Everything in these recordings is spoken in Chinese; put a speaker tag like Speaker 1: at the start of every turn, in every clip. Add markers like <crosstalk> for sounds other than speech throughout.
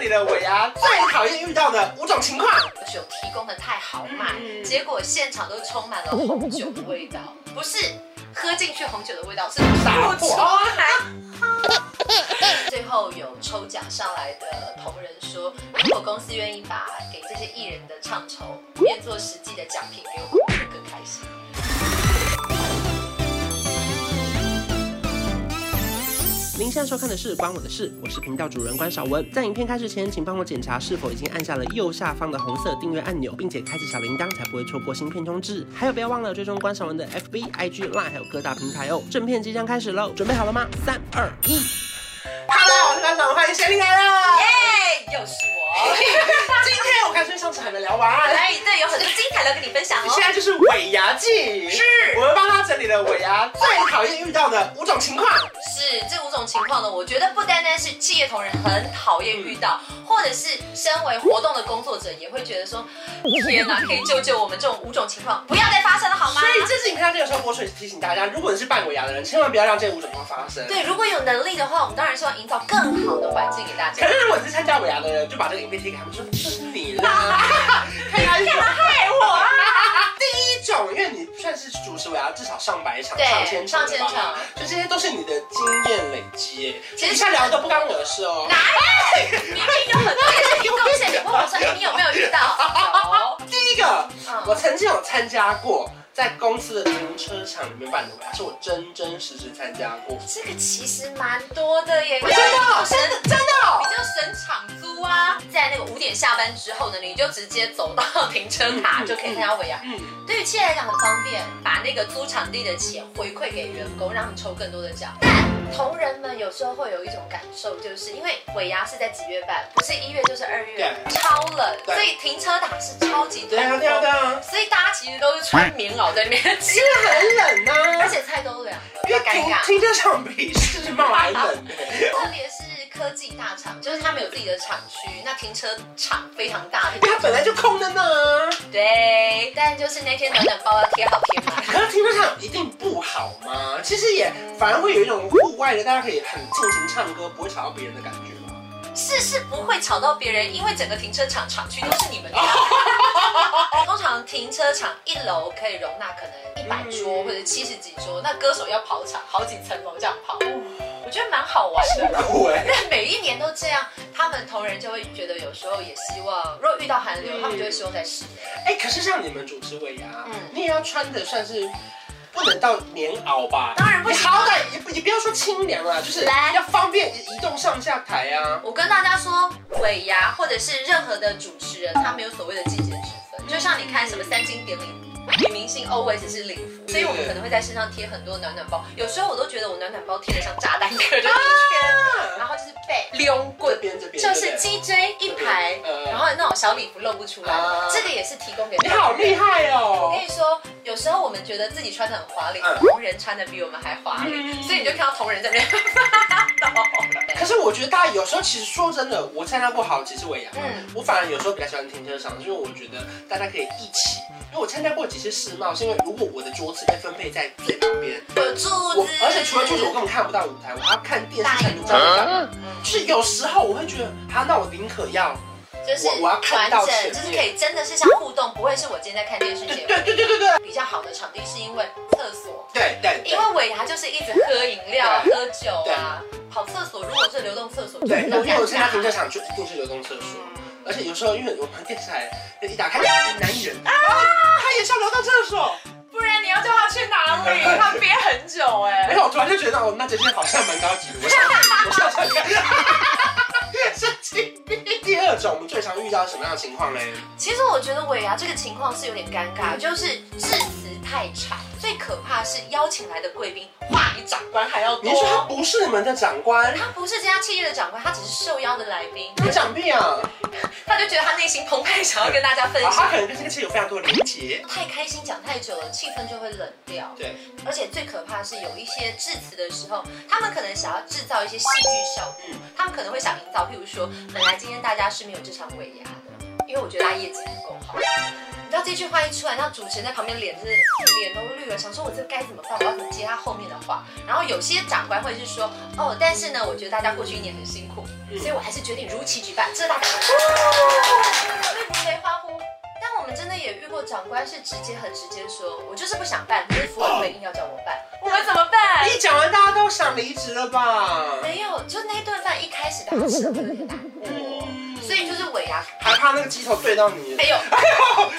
Speaker 1: 你的尾牙最讨厌遇到的五种情况。
Speaker 2: 酒提供的太豪迈，
Speaker 1: 嗯
Speaker 2: 结果现场都充 <laughs> 满了红酒的味道，不是喝进去红酒的味道， <laughs> 是
Speaker 1: 打
Speaker 2: 打
Speaker 1: 破
Speaker 2: 不出来。最后有抽奖上来的同仁说，如果公司愿意把给这些艺人的唱酬变作实际的奖品给我们，会更开心。
Speaker 1: 您现在收看的是《关我的事》，我是频道主人关少文。在影片开始前，请帮我检查是否已经按下了右下方的红色订阅按钮，并且开启小铃铛，才不会错过新片通知。还有，不要忘了追踪关少文的 FB、IG、Line，还有各大平台哦。正片即将开始喽，哦准备好了吗？三、二、一。Hello，我是关少文，欢迎贤玲来 <laughs> 了。
Speaker 2: <laughs> 耶，又是 <laughs> 我。
Speaker 1: 今天我看最上次还没聊完。
Speaker 2: 哎，对，有很多精彩的跟你分享哦。
Speaker 1: 现在就是尾牙季，
Speaker 2: 是
Speaker 1: 我们帮他整理了尾牙最讨厌遇到的五种情况。
Speaker 2: 是这五种情况呢，我觉得不单单是企业同仁很讨厌遇到，或者是身为活动的工作者也会觉得说，天哪，可以救救我们这种五种情况，不要再发生了好吗
Speaker 1: 所？以这次影片到这个时候，我所提醒大家，如果你是办尾牙的人，千万不要让这五种情况发生。
Speaker 2: 对，如果有能力的话，我们当然是要营造更好的环境给大
Speaker 1: 可
Speaker 2: 家。
Speaker 1: 是如果你是参加尾牙的人，就把这个影片贴给他们，说这是你 <laughs> 啦，看他干嘛害我啊？ <laughs> 第一种，因为你算是主持尾牙，至少上百场、
Speaker 2: 对
Speaker 1: 上千场，
Speaker 2: 上千场，
Speaker 1: 所以这些都是你的经验累积耶。其
Speaker 2: 其实
Speaker 1: 实下聊的都不干我的事哦。 <laughs>
Speaker 2: 明明有很多人可以贡献，你问我说，哎，你有没有遇到？有。
Speaker 1: 第一个，我
Speaker 2: 嗯，
Speaker 1: 曾经有参加过。在公司的停车场里面办的尾牙，是我真真实实参加过。
Speaker 2: 这个其实蛮多的耶，
Speaker 1: 哦真的，
Speaker 2: 神
Speaker 1: 真的，真的。
Speaker 2: 比较省场租啊，在那个五点下班之后呢，你就直接走到停车塔就可以参加尾牙。
Speaker 1: 嗯，
Speaker 2: 对于企业来讲很方便，把那个租场地的钱回馈给员工，让他们抽更多的奖。但同仁们有时候会有一种感受，就是因为尾牙是在几月办，不是一月就是二月，
Speaker 1: 对
Speaker 2: 超冷，
Speaker 1: 对
Speaker 2: 所以停车塔是超级
Speaker 1: 对
Speaker 2: 多
Speaker 1: 啊，对啊，对
Speaker 2: 的，
Speaker 1: 啊，
Speaker 2: 所以大家其实都是穿棉袄在
Speaker 1: <laughs>
Speaker 2: 那边吃
Speaker 1: 因，为很冷呐、
Speaker 2: <laughs> 而
Speaker 1: 啊，
Speaker 2: 且菜都凉了，
Speaker 1: 因
Speaker 2: 要
Speaker 1: 为
Speaker 2: 尴
Speaker 1: 停
Speaker 2: 尬。
Speaker 1: 停车场比世贸还冷、欸。
Speaker 2: 特别是科技大厂，就是他们有自己的厂区，那停车场非常大。
Speaker 1: 因为它本来就空的呢，
Speaker 2: 对，但就是那天暖暖包要贴好贴满。
Speaker 1: 可是停车场一定不好吗？其实也反而会有一种户外的，大家可以很尽情唱歌，不会吵到别人的感觉嘛。
Speaker 2: 是是不会吵到别人，因为整个停车场场区都是你们的。通常停车场一楼可以容纳可能一百桌
Speaker 1: 嗯
Speaker 2: 或者七十几桌，那歌手要跑场好几层楼这样跑，我觉得蛮好玩的。 <laughs>
Speaker 1: 酷哎、
Speaker 2: 但每一年都这样，他们同仁就会觉得有时候也希望，如果遇到寒流，
Speaker 1: 嗯
Speaker 2: 他们就会希望在室内。
Speaker 1: 哎、可是像你们主持尾牙，
Speaker 2: 嗯
Speaker 1: 你也要穿的算是不能到棉袄吧？
Speaker 2: 当然不
Speaker 1: 你
Speaker 2: 行
Speaker 1: 好歹也不也不要说清凉啊，就是
Speaker 2: 来
Speaker 1: 要方便移动上下台啊。
Speaker 2: 我跟大家说，尾牙或者是任何的主持人，他没有所谓的季节之分。就像你看什么三金典礼，女明星 always 是礼服，所以我们可能会在身上贴很多暖暖包。有时候我都觉得我暖暖包贴得像炸弹一样，就是一圈，
Speaker 1: 啊
Speaker 2: 然后就是背溜
Speaker 1: 这
Speaker 2: 棍。
Speaker 1: 边这边
Speaker 2: 就是
Speaker 1: 对不对
Speaker 2: 脊椎一排，然后那种小礼服露不出来，这个也是提供给
Speaker 1: 你好厉害
Speaker 2: 我
Speaker 1: 哦
Speaker 2: 跟！你说，有时候我们觉得自己穿的很华丽，
Speaker 1: 嗯
Speaker 2: 同人穿的比我们还华丽，
Speaker 1: 嗯
Speaker 2: 所以你就看到同人在那边发抖。
Speaker 1: 可是我觉得大家有时候其实说真的，我参加过好几次尾牙，
Speaker 2: 嗯
Speaker 1: 我反而有时候比较喜欢停车场，是因为我觉得大家可以一起。因为我参加过几次世贸，是因为如果我的桌子被分配在最旁边，
Speaker 2: 有柱
Speaker 1: 我
Speaker 2: 子，
Speaker 1: 而且除了桌子我根本看不到舞台，我还要看电视才能知道在干嘛。
Speaker 2: 嗯
Speaker 1: 就是有时候我会觉得，啊，那我宁可要，
Speaker 2: 就是
Speaker 1: 我我要看
Speaker 2: 完
Speaker 1: 到
Speaker 2: 整，
Speaker 1: 前
Speaker 2: 就是
Speaker 1: 面
Speaker 2: 可以真的是像互动，不会是我今天在看电视
Speaker 1: 对
Speaker 2: 节目。
Speaker 1: 对对对对对
Speaker 2: 比较好的场地是因为厕所，
Speaker 1: 对对
Speaker 2: 因
Speaker 1: 对。
Speaker 2: 为尾牙就是一直喝饮料、
Speaker 1: 对
Speaker 2: 喝酒啊，跑厕所。如果是流动厕所，
Speaker 1: 对，
Speaker 2: 就
Speaker 1: 因为我
Speaker 2: 比
Speaker 1: 参
Speaker 2: 较
Speaker 1: 加
Speaker 2: 尴
Speaker 1: 停
Speaker 2: 尬
Speaker 1: 车。场就一定是流动厕所，
Speaker 2: 嗯
Speaker 1: 而且有时候因为我们电视台一打开，男艺人啊，他也上流动厕所。
Speaker 2: 不然你要叫他去哪
Speaker 1: <laughs>
Speaker 2: 里？他憋很久
Speaker 1: 没
Speaker 2: 哎。
Speaker 1: 有，我突然就觉得哦，那这件好像蛮高级的，我想，我想想看。 <laughs> 神经病。第二种，我们最常遇到什么样的情况嘞？
Speaker 2: 其实我觉得尾牙这个情况是有点尴
Speaker 1: 嗯
Speaker 2: 尬，就是致辞太长。最可怕是邀请来的贵宾话比长官还要
Speaker 1: 你说他
Speaker 2: 多。
Speaker 1: 不是你们的长官，
Speaker 2: 他不是这家企业的长官，他只是受邀的来宾。
Speaker 1: 他长辈啊，
Speaker 2: 他就觉得他内心澎湃，想要跟大家分
Speaker 1: 啊他
Speaker 2: 享。
Speaker 1: 可能跟这个车有非常多的连结。
Speaker 2: 太开心讲太久了，气氛就会冷掉。
Speaker 1: 对，
Speaker 2: 而且最可怕是有一些致辞的时候，他们可能想要制造一些戏剧效果，
Speaker 1: 嗯
Speaker 2: 他们可能会想营造，譬如说，本来今天大家是没有这场尾牙的，因为我觉得大家业绩不够好。你知道这句话一出来，那主持人在旁边脸就是脸都绿了，想说我这该怎么办？我要怎么接他后面的话？然后有些长官会是说，哦，但是呢，我觉得大家过去一年很辛苦，所以我还是决定如期举办。这大家， <laughs> 谁欢呼？但我们真的也遇过长官是直接很直接说，我就是不想办，可是服委会硬要叫我办，我们怎么办？ <laughs>
Speaker 1: 你讲完，大家都想离职了吧？
Speaker 2: 没有，就那顿饭一开始大家吃的真的很难过，所以就是尾牙
Speaker 1: 还怕那个鸡头对到你？
Speaker 2: 没有。
Speaker 1: 哎呦，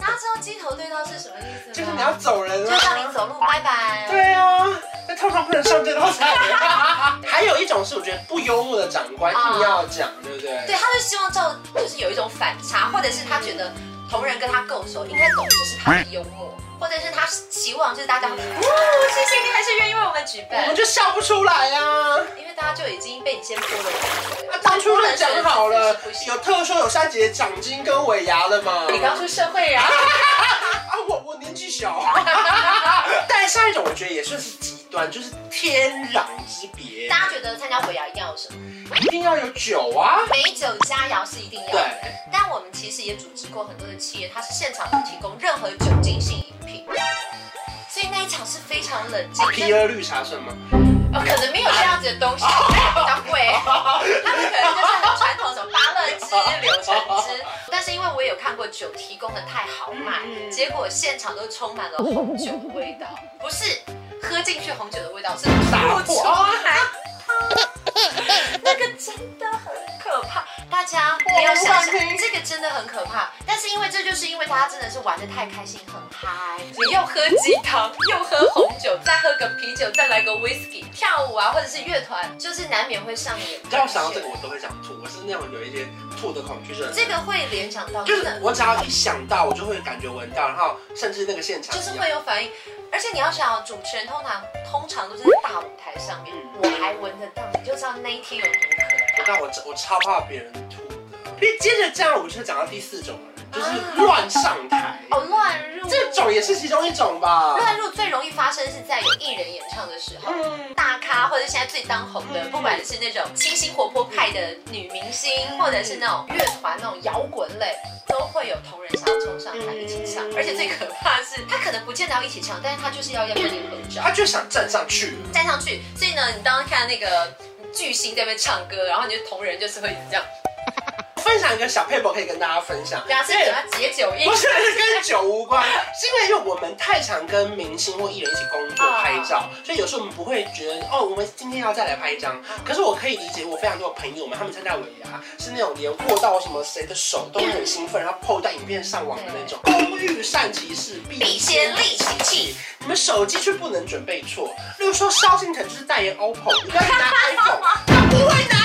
Speaker 2: 大家知道鸡头对到是什么意思吗？
Speaker 1: 就是你要走人
Speaker 2: 就
Speaker 1: 了。
Speaker 2: 让你走路，拜拜。
Speaker 1: 对啊，那通常不能上这道菜。
Speaker 2: <laughs>
Speaker 1: 还有一种是我觉得不幽默的长官硬要讲，对不对？
Speaker 2: 啊对，他就希望照，就是有一种反差，或者是他觉得同仁跟他够熟，应该懂这是他的幽默，或者是他期望就是大家，哦，谢谢你还是愿意为我们举
Speaker 1: 我
Speaker 2: 办
Speaker 1: 们，就笑不出来啊。
Speaker 2: 因为大家就已经被你先泼了冷水了。
Speaker 1: 那当初就讲好了
Speaker 2: 不，行
Speaker 1: 有特殊有下节奖金跟尾牙了嘛？
Speaker 2: 你刚出社会呀、
Speaker 1: 啊，我我年纪小。 <laughs> 但下一种我觉得也算是极端，就是天壤之别，
Speaker 2: 大家觉得参加尾牙一定要有什么？
Speaker 1: 一定要有酒啊。
Speaker 2: 美酒佳肴是一定要
Speaker 1: 对
Speaker 2: 的，，但我们其实也组织过很多的企业，它是现场不提供任何酒精性饮品，所以那一场是非常冷静。
Speaker 1: 皮尔 E 绿茶算吗？
Speaker 2: 哦，可能没有这样子的东西，比较贵。他们可能就是很传统，什么芭乐汁、柳橙汁。但是因为我也有看过酒提供的太豪迈，结果现场都充满了红酒的味道，不是喝进去红酒的味道，是
Speaker 1: 打
Speaker 2: 打
Speaker 1: 破
Speaker 2: 不出来。 <laughs> 那个真的很可怕，大家你要想想，这个真的很可怕。但是因为这就是因为大家真的是玩的太开心，很嗨，你又喝鸡汤，又喝红酒，再喝个啤酒，再来个 whisky，跳舞啊，或者是乐团，就是难免会上瘾。
Speaker 1: 你知道想到这个我都会想吐，我是那种有一些吐的恐惧症。
Speaker 2: 这个会联想到，
Speaker 1: 就
Speaker 2: 真
Speaker 1: 是
Speaker 2: 的
Speaker 1: 我只要一想到，我就会感觉闻到，然后甚至那个现场
Speaker 2: 就是
Speaker 1: 一样
Speaker 2: 会有反应。而且你要想，主持人通常通常都是大舞台上面，我还闻得到，你就知道那一天有多可怕。
Speaker 1: 但我我超怕别人吐的。因为接着这样，我们就讲到第四种了，就是乱上台，
Speaker 2: 哦，乱入
Speaker 1: 这种也是其中一种吧。
Speaker 2: 乱入最容易发生是在有艺人演唱的时候，
Speaker 1: 嗯
Speaker 2: 大咖或者现在最当红的，不管是那种清新活泼派的女明星，或者是那种乐团那种摇滚类，都会有同仁想要冲上台一起唱。而且最可怕的是，他可能不见得要一起唱，但是他就是要要跟你合照
Speaker 1: 啊他，就想站上去，
Speaker 2: 站上去。所以呢，你当看那个巨星在那边唱歌，然后你就同仁就是会这样，
Speaker 1: 分享一个小配博可以跟大家分享。
Speaker 2: 对啊，是等他解酒印
Speaker 1: 不。 <laughs> 是跟酒无关， <laughs> 是因为我们太常跟明星或艺人一起工作
Speaker 2: 啊
Speaker 1: 拍照，所以有时候我们不会觉得哦，我们今天要再来拍一张。可是我可以理解，我非常多的朋友们，他们参加尾牙是那种连握到什么谁的手都会很兴奋，然后 PO 一段影片上网的那种。工欲善其事，必
Speaker 2: 必
Speaker 1: 嗯先
Speaker 2: 先
Speaker 1: 利
Speaker 2: 利
Speaker 1: 其
Speaker 2: 其
Speaker 1: 器
Speaker 2: 器。
Speaker 1: 你们手机却不能准备错，例如说萧敬腾就是代言 OPPO，你不要去拿 iPhone，他 <laughs> 不会拿。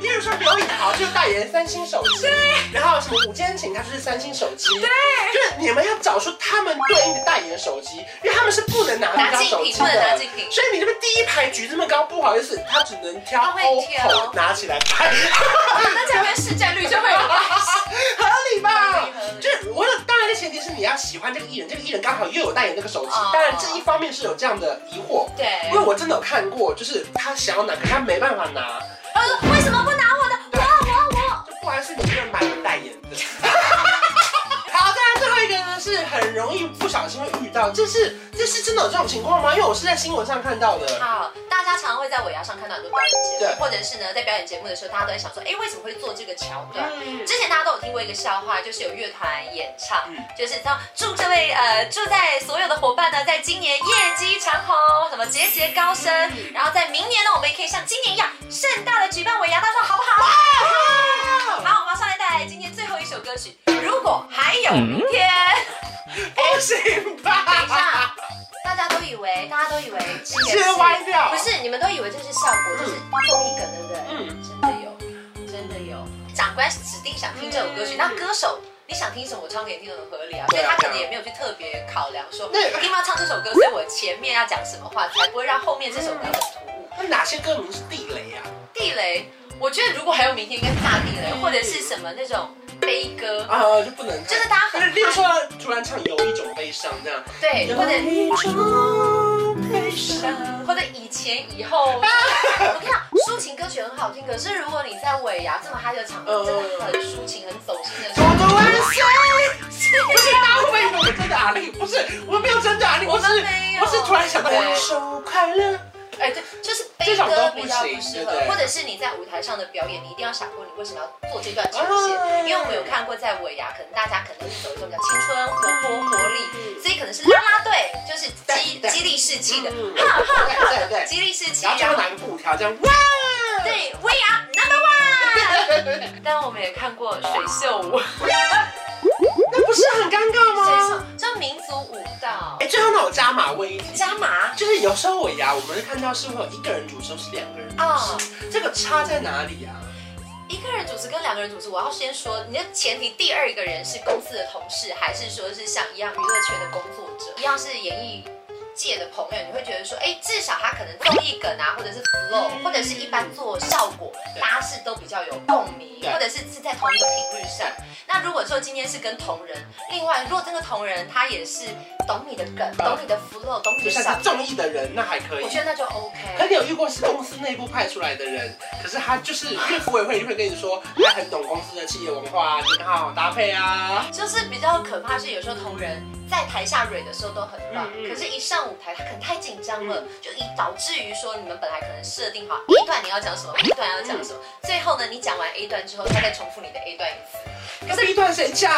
Speaker 1: 例如说刘以豪就代言三星手机，然后什么五间情他就是三星手机，对，就是你们要找出他们对应的代言手机，因为他们是不能拿那张手机
Speaker 2: 拿竞品不能拿
Speaker 1: 的
Speaker 2: 竞，品
Speaker 1: 所以你这边第一排举这么高，不好意思，他只能挑
Speaker 2: 他会挑
Speaker 1: OPPO 拿起来拍，
Speaker 2: <laughs> 那这边市占率就会有关系。
Speaker 1: 合理吧
Speaker 2: 合理合？理
Speaker 1: 就是我有当然的前提是你要喜欢这个艺人，这个艺人刚好又有代言这个手机
Speaker 2: 哦，
Speaker 1: 当然这一方面是有这样的疑惑。
Speaker 2: <laughs> 对，
Speaker 1: 因为我真的有看过，就是他想要拿，可是他没办法拿，
Speaker 2: 他说呃为什么不拿我的？我我我。
Speaker 1: 就不然是你这个买了代言
Speaker 2: <laughs>
Speaker 1: 的。好，当然最后一个呢是很容易不小心会遇到，这是这是真的有这种情况吗？因为我是在新闻上看到的。
Speaker 2: 好，大家常常会在尾牙上看到很多表演节
Speaker 1: 对
Speaker 2: 目，或者是呢，在表演节目的时候，大家都在想说，哎，为什么会做这个桥段？
Speaker 1: 嗯
Speaker 2: 之前大家都有听过一个笑话，就是有乐团演唱，
Speaker 1: 嗯
Speaker 2: 就是像祝这位呃祝在所有的伙伴呢，在今年业绩长虹，什么节节高升，
Speaker 1: 嗯
Speaker 2: 然后在明年呢，我们也可以像今年一样盛大的举办尾牙大赛，好不好？
Speaker 1: 啊
Speaker 2: 好，我马上来带来今天最后一首歌曲，如果还有
Speaker 1: 嗯
Speaker 2: 明天。
Speaker 1: 不行
Speaker 2: 等一
Speaker 1: 吧？
Speaker 2: 下，大家都以为，大家都以为今
Speaker 1: 直
Speaker 2: 年
Speaker 1: 接
Speaker 2: 是
Speaker 1: 歪掉
Speaker 2: 不是，你们都以为这是效果，这是综艺梗，对不对？
Speaker 1: 嗯
Speaker 2: 嗯，真的有，真的有。长官指定想听这首歌曲，那歌手你想听什么，我唱给你听很合理啊。
Speaker 1: 对
Speaker 2: 所
Speaker 1: 啊
Speaker 2: 以他可能也没有去特别考量说，哎
Speaker 1: 对啊
Speaker 2: 一定要唱这首歌，所以我前面要讲什么话，才不会让后面这首歌很突兀。
Speaker 1: 那哪些歌名是地雷啊？
Speaker 2: 地雷，我觉得如果还有明天，应该是大地雷，或者是什么那种悲歌，
Speaker 1: 啊，就不能看。
Speaker 2: 就是大家很
Speaker 1: 例如说，突然唱有一种悲伤这样。
Speaker 2: 对，或者。
Speaker 1: 种悲伤。
Speaker 2: 或者以前以后，
Speaker 1: <laughs> 啊
Speaker 2: 我跟你讲，抒情歌曲很好听，可是如果你在尾牙这么嗨的场合，真的很抒情、很走心的时
Speaker 1: 呃我
Speaker 2: 候，
Speaker 1: 的万岁！不是大家会不会以为我们真的阿令？不是，我们没有真的阿令，我是
Speaker 2: 我们没有
Speaker 1: 我是突然想到
Speaker 2: 对
Speaker 1: 我生日快乐。
Speaker 2: 哎，对，就是悲
Speaker 1: 这
Speaker 2: 飞
Speaker 1: 种
Speaker 2: 歌
Speaker 1: 都不
Speaker 2: 比较不
Speaker 1: 行
Speaker 2: 适
Speaker 1: 对
Speaker 2: 合
Speaker 1: 对，
Speaker 2: 或者是你在舞台上的表演，你一定要想过你为什么要做这段呈
Speaker 1: 啊
Speaker 2: 现，因为我们有看过在尾牙，可能大家可能是走一种比较青春、活泼、活力，所以可能是啦啦队，就是激
Speaker 1: 嗯对对
Speaker 2: 激励士气的，
Speaker 1: 嗯
Speaker 2: 哈哈哈
Speaker 1: 对对对
Speaker 2: 激励士气，
Speaker 1: 然后就
Speaker 2: 然
Speaker 1: 要
Speaker 2: 后
Speaker 1: 拿一个布条这样哇，
Speaker 2: 对，We are number one。但
Speaker 1: <laughs>
Speaker 2: 我们也看过水袖舞，
Speaker 1: 那不是很尴尬
Speaker 2: 水
Speaker 1: 吗？
Speaker 2: 袖就民族舞蹈
Speaker 1: 哎，最后那我加码问一题，
Speaker 2: 加码
Speaker 1: 就是有时候我呀，我们看到是会有一个人主持，或是两个人主
Speaker 2: 哦
Speaker 1: 持，这个差在哪里啊？
Speaker 2: 一个人主持跟两个人主持，我要先说，你的前提第二个人是公司的同事，还是说是像一样娱乐圈的工作者，一样是演艺界的朋友，你会觉得说，哎，至少他可能综艺梗啊，或者是 flow，或者是一般做效果，
Speaker 1: 对
Speaker 2: 大家是都比较有共鸣，
Speaker 1: 对
Speaker 2: 或者是是在同一个频率上。那如果说今天是跟同人，另外如果这个同人他也是懂你的梗，懂你的 flow，懂
Speaker 1: 就
Speaker 2: 你的
Speaker 1: 像
Speaker 2: 效
Speaker 1: 是
Speaker 2: 果，
Speaker 1: 综艺的人，那还可以
Speaker 2: 我。觉得那就 OK。
Speaker 1: 可你有遇过是公司内部派出来的人，可是他就是因为服委会就会跟你说，他很懂公司的企业文化啊，你跟他好好搭配啊。
Speaker 2: 就是比较可怕是有时候同仁在台下蕊的时候都很棒，
Speaker 1: 嗯嗯嗯
Speaker 2: 可是一上舞台他可能太紧张了，就以导致于说你们本来可能设定好 A 段你要讲什么，B 段要讲什
Speaker 1: 嗯
Speaker 2: 么，最后呢你讲完 A 段之后，他再重复你的 A 段一次，
Speaker 1: 那 B 段谁唱？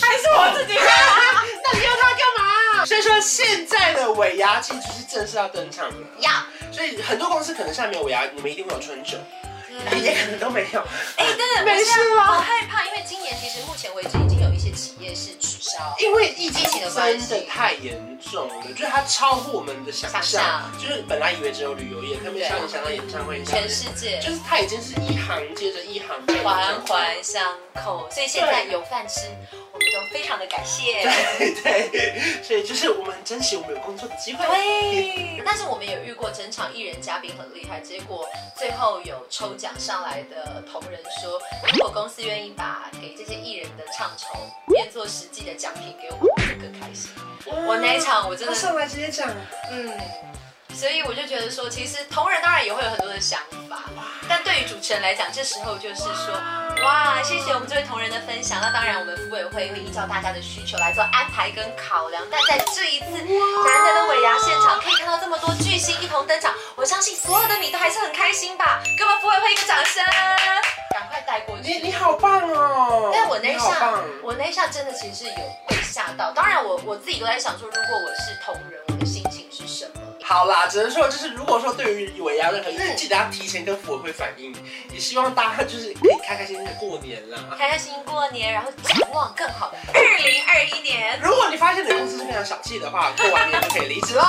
Speaker 2: 还是我自己。 <laughs>
Speaker 1: 那你要他干嘛？所以说现在的尾牙其实是正式要登场了，
Speaker 2: 要，
Speaker 1: 所以很多公司可能下面有尾牙，你们一定会有春酒，
Speaker 2: 嗯
Speaker 1: 哎也可能都没有。
Speaker 2: 哎，真的，
Speaker 1: 没
Speaker 2: 我现在
Speaker 1: 事啊吗
Speaker 2: 好害怕，因为今年其实目前为止已经有一些企业是取消。
Speaker 1: 因为疫情真的太严重了，就是它超乎我们的想
Speaker 2: 想
Speaker 1: 象。就是本来以为只有旅游业，根本像你想到演唱会一样，
Speaker 2: 全世界
Speaker 1: 就是它已经是一行接着一行接着一
Speaker 2: 环
Speaker 1: 行。
Speaker 2: 环相扣，所以现在有饭吃，我们都非常的
Speaker 1: <laughs>
Speaker 2: 感谢。
Speaker 1: 对 <laughs> 对，所以就是我们很珍惜我们有工作的机会。
Speaker 2: 对，但是我们也遇过整场艺人嘉宾很厉害，结果最后有抽奖上来的同仁说，如果公司愿意把给这些艺人的唱酬变作实际的奖品给我们，我会更开心。我那一场我真
Speaker 1: 他
Speaker 2: 的，
Speaker 1: 啊上来直接讲，
Speaker 2: 嗯，所以我就觉得说，其实同仁当然也会有很多的想法，但对于主持人来讲，这时候就是说。哇，谢谢我们这位同仁的分享。那当然，我们服委会会依照大家的需求来做安排跟考量。但在这一次难得的尾牙现场，可以看到这么多巨星一同登场，我相信所有的你都还是很开心吧？给我们服委会一个掌声，赶快带过
Speaker 1: 你
Speaker 2: 去。
Speaker 1: 你好棒哦！
Speaker 2: 但我那一
Speaker 1: 你好
Speaker 2: 下
Speaker 1: 棒，
Speaker 2: 我那一下真的其实是有被吓到。当然我，我自己都在想说，如果我是同仁，我的心情是什么？
Speaker 1: 好啦，只能说就是，如果说对于尾牙
Speaker 2: 嗯
Speaker 1: 任何意见，记得要提前跟服委会反映，也希望大家就是可以开开心心的过年啦。
Speaker 2: 开开心心过年，然后展望更好的二零二一年。
Speaker 1: 如果你发现你的公司是非常小气的话，过完年就可以离职喽。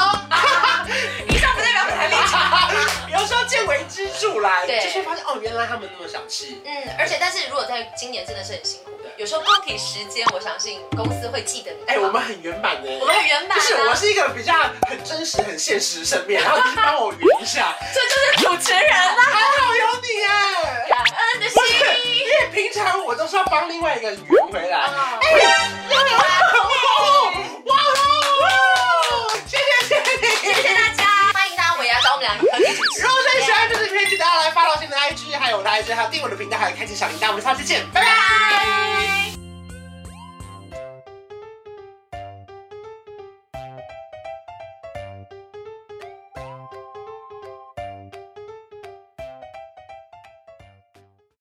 Speaker 2: 以上不代表本台立场。
Speaker 1: <laughs> 有时候见微知著啦，
Speaker 2: 对
Speaker 1: 就是发现哦，原来他们那么小气。
Speaker 2: 嗯，而且但是如果在今年真的是很辛苦
Speaker 1: 对，
Speaker 2: 有时候共体时间，我相信公司会记得你。
Speaker 1: 哎、我们很圆满的。
Speaker 2: 我们很圆满、
Speaker 1: 不
Speaker 2: 啊，
Speaker 1: 是，我是一个比较很真实、很现实的生面，然后你帮我圆一
Speaker 2: <laughs>
Speaker 1: 下，
Speaker 2: 这就是主持人啦、
Speaker 1: 还好有你哎。
Speaker 2: 感恩的
Speaker 1: 不
Speaker 2: 心。
Speaker 1: 是，因为平常我都是要帮另外一个人圆回来。
Speaker 2: 哦
Speaker 1: 哎、哇哦，哇哦，谢谢谢
Speaker 2: 谢
Speaker 1: 谢
Speaker 2: 谢。大家，欢迎大家尾牙找我们两个合体主持。
Speaker 1: 如果说你喜欢这支影片，记得要来 follow 新的 IG，还有我的 IG，还有订我的频道，还有开启小铃铛。我们下次见，拜拜。
Speaker 2: 拜拜。